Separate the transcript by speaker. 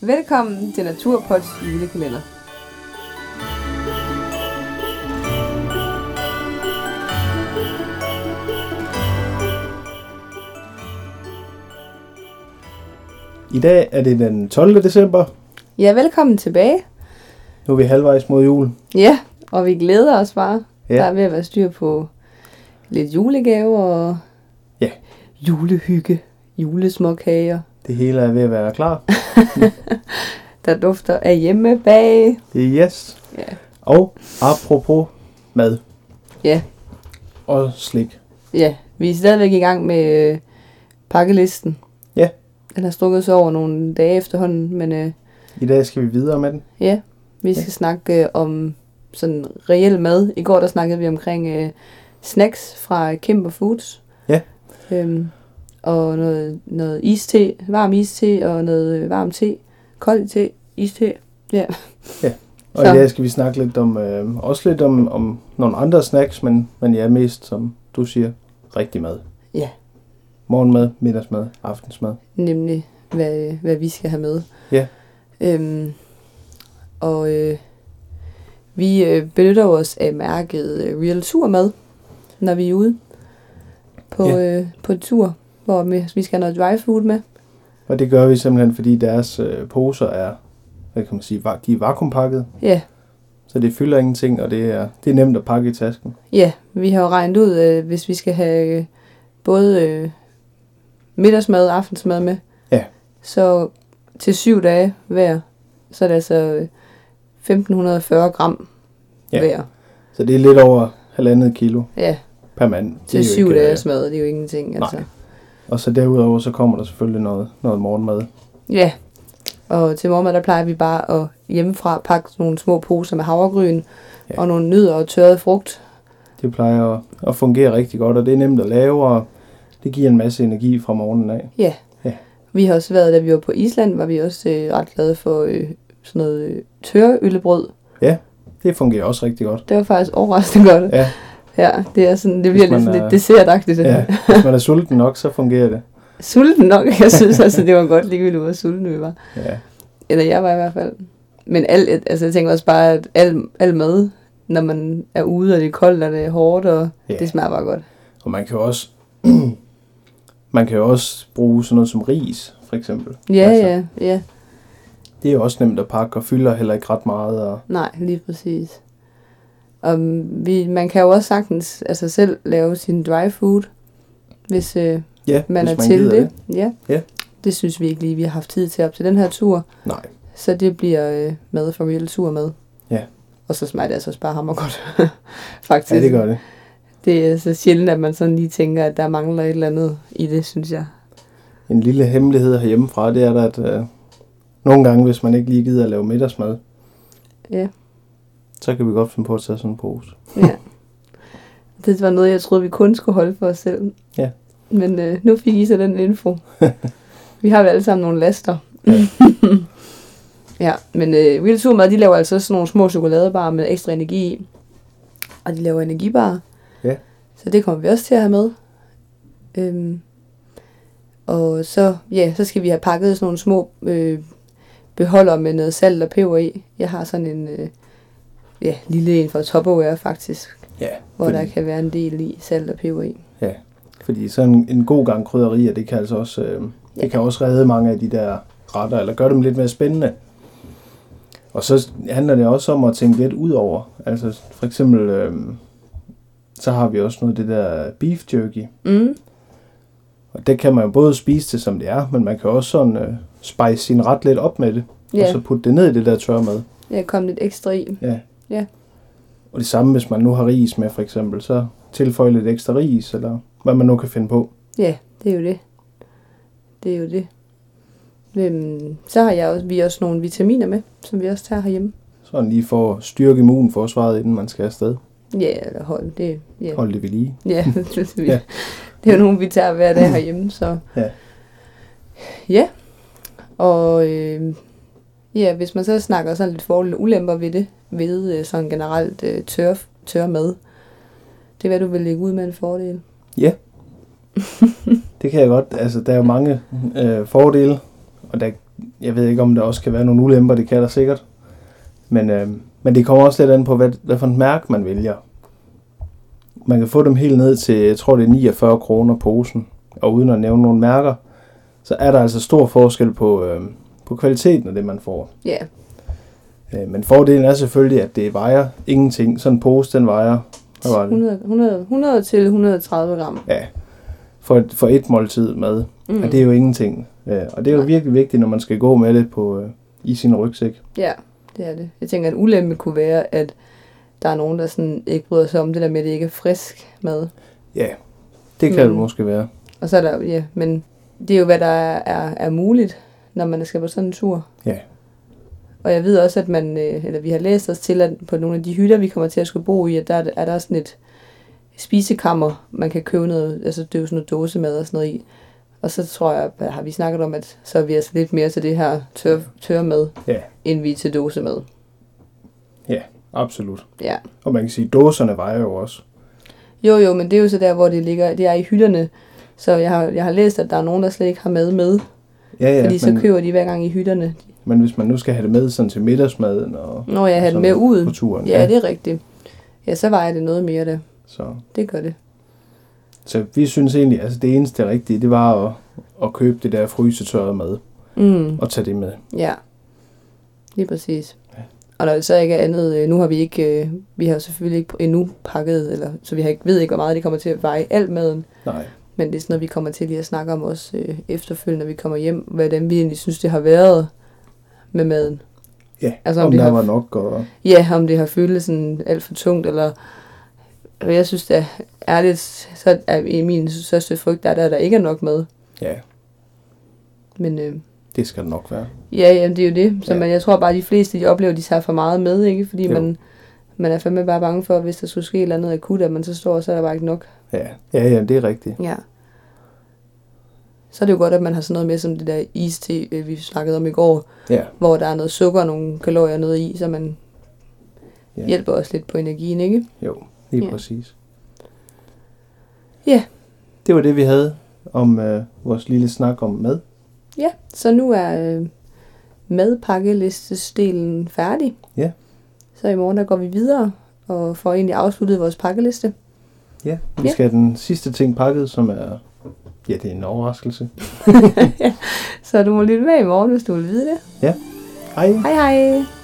Speaker 1: Velkommen til Naturpods julekalender.
Speaker 2: I dag er det den 12. december.
Speaker 1: Ja, velkommen tilbage.
Speaker 2: Nu er vi halvvejs mod jul.
Speaker 1: Ja, og vi glæder os bare.
Speaker 2: Ja.
Speaker 1: Ja. Der er ved at være styr på lidt julegaver og
Speaker 2: Ja.
Speaker 1: julehygge, julesmåkager,
Speaker 2: Det hele er ved at være klar.
Speaker 1: der dufter af hjemmebag.
Speaker 2: Yes.
Speaker 1: Ja.
Speaker 2: Og apropos mad
Speaker 1: Ja,
Speaker 2: og slik.
Speaker 1: ja. Vi er stadigvæk i gang med øh, pakkelisten.
Speaker 2: Ja.
Speaker 1: Den har strukket sig over nogle dage efterhånden, men øh,
Speaker 2: I dag skal vi videre med den.
Speaker 1: Ja, vi skal ja. snakke øh, om sådan reel mad. I går der snakkede vi omkring øh, snacks fra Kimber Foods.
Speaker 2: Ja.
Speaker 1: Øhm, og noget, noget iste, varm iste og noget øh, varm te, kold te, iste.
Speaker 2: Og
Speaker 1: Så.
Speaker 2: i dag skal vi snakke lidt om, øh, også lidt om, om nogle andre snacks, men, men ja, mest som du siger, rigtig mad.
Speaker 1: Ja.
Speaker 2: Morgenmad, middagsmad, aftensmad.
Speaker 1: Nemlig, hvad, hvad vi skal have med.
Speaker 2: Ja.
Speaker 1: Øhm, og øh, vi øh, benytter jo os af mærket øh, Real Tur Mad, når vi er ude på, ja. øh, på tur, hvor vi vi skal have noget dry food med.
Speaker 2: Og det gør vi simpelthen, fordi deres øh, poser er, hvad kan man sige, va- de er vakuumpakket,
Speaker 1: Ja,
Speaker 2: så det fylder ingenting, og det er, det er nemt at pakke i tasken.
Speaker 1: Ja, vi har jo regnet ud, øh, hvis vi skal have øh, både øh, middagsmad og aftensmad med.
Speaker 2: Ja.
Speaker 1: Så til syv dage hver, så er det altså øh, 1540 gram
Speaker 2: Ja.
Speaker 1: ja. hver.
Speaker 2: Så det er lidt over halvandet kilo
Speaker 1: Ja,
Speaker 2: per mand. Det er
Speaker 1: til
Speaker 2: jo
Speaker 1: syv
Speaker 2: ikke, øh,
Speaker 1: dages mad, det er jo ingenting.
Speaker 2: nej.
Speaker 1: Altså.
Speaker 2: Og så derudover, så kommer der selvfølgelig noget, noget morgenmad.
Speaker 1: Ja, og til morgenmad, der plejer vi bare at hjemmefra pakke nogle små poser med havregryn
Speaker 2: Ja.
Speaker 1: ja. og nogle nødder og tørret frugt.
Speaker 2: Det plejer at, at fungere rigtig godt, og det er nemt at lave, og det giver en masse energi fra morgenen af.
Speaker 1: Ja.
Speaker 2: Ja.
Speaker 1: Vi har også været, da vi var på Island, var vi også øh, ret glade for øh, sådan noget øh, tørreøllebrød.
Speaker 2: Det fungerer også rigtig godt.
Speaker 1: Det var faktisk overraskende godt.
Speaker 2: Ja.
Speaker 1: Ja, det er sådan, det bliver
Speaker 2: man
Speaker 1: lidt, sådan
Speaker 2: er-
Speaker 1: lidt dessertagtigt.
Speaker 2: Ja,
Speaker 1: Ja.
Speaker 2: hvis man er sulten nok, så fungerer det.
Speaker 1: Sulten nok, jeg synes altså, det var godt ligegyldigt, hvor sulten vi var.
Speaker 2: Ja,
Speaker 1: Eller jeg var i hvert fald. Men alt, altså jeg tænker også bare, at al, al mad, når man er ude, og det er koldt, og det er hårdt, og
Speaker 2: Ja.
Speaker 1: ja. det smager bare godt.
Speaker 2: og man kan jo også, man kan jo også bruge sådan noget som ris, for eksempel.
Speaker 1: Ja, altså. ja, ja.
Speaker 2: Det er jo også nemt at pakke, og fylder heller ikke ret meget. Og,
Speaker 1: Nej, lige præcis. Og vi, man kan jo også sagtens altså selv lave sin dry food, hvis øh,
Speaker 2: ja,
Speaker 1: man
Speaker 2: hvis
Speaker 1: er til
Speaker 2: gider
Speaker 1: det. det. Ja.
Speaker 2: Ja.
Speaker 1: Det synes vi ikke lige, vi har haft tid til op til den her tur.
Speaker 2: Nej,
Speaker 1: Så det bliver øh, mad for real sur mad.
Speaker 2: Ja.
Speaker 1: Og så smager det altså også bare hammer godt, faktisk.
Speaker 2: ja, det gør det.
Speaker 1: Det er så sjældent, at man sådan lige tænker, at der mangler et eller andet i det, synes jeg.
Speaker 2: En lille hemmelighed herhjemmefra, det er da, at øh, nogle gange, hvis man ikke lige gider at lave middagsmad,
Speaker 1: Ja.
Speaker 2: så kan vi godt finde på at tage sådan en pose.
Speaker 1: ja. Det var noget, jeg troede, vi kun skulle holde for os selv.
Speaker 2: Ja.
Speaker 1: Men øh, nu fik I så den info. vi har jo alle sammen nogle laster.
Speaker 2: Ja.
Speaker 1: ja, men øh, Real Sur Mad, de laver altså også sådan nogle små chokoladebarer med ekstra energi i. Og de laver energibarer.
Speaker 2: Ja.
Speaker 1: Så det kommer vi også til at have med. Øhm, og så, ja, så skal vi have pakket sådan nogle små øh, beholder med noget salt og peber i. Jeg har sådan en øh, ja, lille en fra Tupperware faktisk,
Speaker 2: Ja,
Speaker 1: hvor
Speaker 2: fordi,
Speaker 1: der kan være en del i salt og peber i.
Speaker 2: fordi sådan en, en god gang krydderier, det kan altså også, øh,
Speaker 1: Ja.
Speaker 2: det kan også redde mange af de der retter, eller gøre dem lidt mere spændende. Og så handler det også om at tænke lidt ud over. Altså for eksempel, øh, så har vi også noget af det der beef jerky.
Speaker 1: Mm.
Speaker 2: Og det kan man jo både spise det, som det er, men man kan også sådan øh, spice sin ret lidt op med det.
Speaker 1: Ja,
Speaker 2: og så putte det ned i det der tørre mad.
Speaker 1: jeg kom lidt ekstra i.
Speaker 2: Og det samme, hvis man nu har ris med, for eksempel, så tilføj lidt ekstra ris, eller hvad man nu kan finde på.
Speaker 1: Ja, det er jo det. Det er jo det. Øhm, så har jeg også, vi også nogle vitaminer med, som vi også tager herhjemme.
Speaker 2: Sådan lige for at styrke immunforsvaret, inden man skal afsted.
Speaker 1: Ja, eller hold, det, ja.
Speaker 2: Hold det ved lige.
Speaker 1: Ja, det, vi,
Speaker 2: Ja.
Speaker 1: ja. det er jo nogen, vi tager hver dag herhjemme, så...
Speaker 2: Ja.
Speaker 1: Ja, og øh, ja, hvis man så snakker sådan lidt fordele og ulemper ved det, ved øh, sådan generelt øh, tør, tør mad, det er, hvad du vil lægge ud med en fordel.
Speaker 2: Det kan jeg godt. Altså, der er jo mange øh, fordele, og der, jeg ved ikke, om der også kan være nogle ulemper, det kan der sikkert. Men, øh, men det kommer også lidt an på, hvad, hvad for et mærke man vælger. Man kan få dem helt ned til, jeg tror det er 49 kroner posen, og uden at nævne nogle mærker, så er der altså stor forskel på, øh, på kvaliteten af det, man får.
Speaker 1: Ja,
Speaker 2: Øh, men fordelen er selvfølgelig, at det vejer ingenting. Sådan en pose, den vejer, hvad var det?
Speaker 1: 100, 100, 100 til 130 gram.
Speaker 2: Ja, for et, for et måltid mad. Mm.
Speaker 1: Mm.
Speaker 2: Og det er jo ingenting. Øh, og det er jo
Speaker 1: Nej.
Speaker 2: virkelig vigtigt, når man skal gå med det på, øh, i sin rygsæk.
Speaker 1: Ja, det er det. Jeg tænker, at en ulempe kunne være, at der er nogen, der sådan ikke bryder sig om det der med, at det ikke er frisk mad.
Speaker 2: Ja, det kan mm.
Speaker 1: Mm.
Speaker 2: det måske være.
Speaker 1: Og så er der, ja, men det er jo, hvad der er, er, er muligt, når man skal på sådan en tur.
Speaker 2: Ja.
Speaker 1: Og jeg ved også, at man, øh, eller vi har læst os til, at på nogle af de hytter, vi kommer til at skulle bo i, at der er- er der sådan et spisekammer, man kan købe noget, altså det er jo sådan noget dåsemad og sådan noget i. Og så tror jeg, at har vi snakket om, at så er vi altså lidt mere til det her tør, tør mad,
Speaker 2: Ja.
Speaker 1: end vi er til dåsemad.
Speaker 2: Absolut.
Speaker 1: Ja.
Speaker 2: Og man kan sige, at dåserne vejer jo også.
Speaker 1: Jo, jo, men det er jo så der, hvor det ligger. Det er i hytterne. Så jeg har, jeg har læst, at der er nogen, der slet ikke har mad med.
Speaker 2: Ja,
Speaker 1: Ja,
Speaker 2: ja,
Speaker 1: fordi
Speaker 2: men,
Speaker 1: så køber de hver gang i hytterne.
Speaker 2: men hvis man nu skal have det med sådan til middagsmaden og
Speaker 1: Når jeg har det
Speaker 2: sådan
Speaker 1: med
Speaker 2: på
Speaker 1: ud.
Speaker 2: turen.
Speaker 1: Mm. Ja, det er rigtigt. Ja, så vejer det noget mere, der.
Speaker 2: Så,
Speaker 1: Det gør det.
Speaker 2: så vi synes egentlig, altså det eneste rigtige, det var at, at købe det der frysetørrede mad
Speaker 1: Mm,
Speaker 2: og tage det med.
Speaker 1: ja. Lige præcis. Og når det så ikke er andet, øh, nu har vi ikke, øh, vi har jo selvfølgelig ikke endnu pakket, eller, så vi har ikke, ved ikke, hvor meget det kommer til at veje alt maden,
Speaker 2: Nej,
Speaker 1: men det er sådan noget, vi kommer til lige at snakke om også øh, efterfølgende, når vi kommer hjem, hvordan vi egentlig synes, det har været med maden.
Speaker 2: ja,
Speaker 1: Altså,
Speaker 2: altså,
Speaker 1: om
Speaker 2: om, om
Speaker 1: det
Speaker 2: der
Speaker 1: har-
Speaker 2: var nok. Og,
Speaker 1: Ja, om det har følt sådan alt for tungt, eller og jeg synes da ærligt, så er i min største frygt, der er, der, at der ikke er nok med.
Speaker 2: ja,
Speaker 1: Men øh,
Speaker 2: det skal det nok være.
Speaker 1: ja, jamen, det er jo det. Så
Speaker 2: Ja.
Speaker 1: ja. man, jeg tror bare, at de fleste de oplever, at de tager for meget med, ikke? Fordi
Speaker 2: Jo.
Speaker 1: man, man er fandme bare bange for, at hvis der skulle ske et eller andet akut, at man så står, og så er der bare ikke nok.
Speaker 2: Ja, ja, ja det er rigtigt.
Speaker 1: Ja. Så er det jo godt, at man har sådan noget med som det der iste, øh, vi snakkede om i går,
Speaker 2: Ja,
Speaker 1: hvor der er noget sukker, nogle kalorier og noget i, så man
Speaker 2: Ja.
Speaker 1: ja. hjælper også lidt på energien, ikke?
Speaker 2: jo, lige
Speaker 1: Ja.
Speaker 2: præcis.
Speaker 1: Ja.
Speaker 2: Det var det, vi havde om øh, vores lille snak om mad.
Speaker 1: Ja, så nu er øh, madpakkelistesdelen færdig.
Speaker 2: Ja.
Speaker 1: Så i morgen der går vi videre og får egentlig afsluttet vores pakkeliste.
Speaker 2: Ja, vi
Speaker 1: Ja.
Speaker 2: skal have den sidste ting pakket, som er... Ja, det er en overraskelse.
Speaker 1: Så du må lytte med i morgen, hvis du vil vide det.
Speaker 2: Hej.
Speaker 1: Hej hej!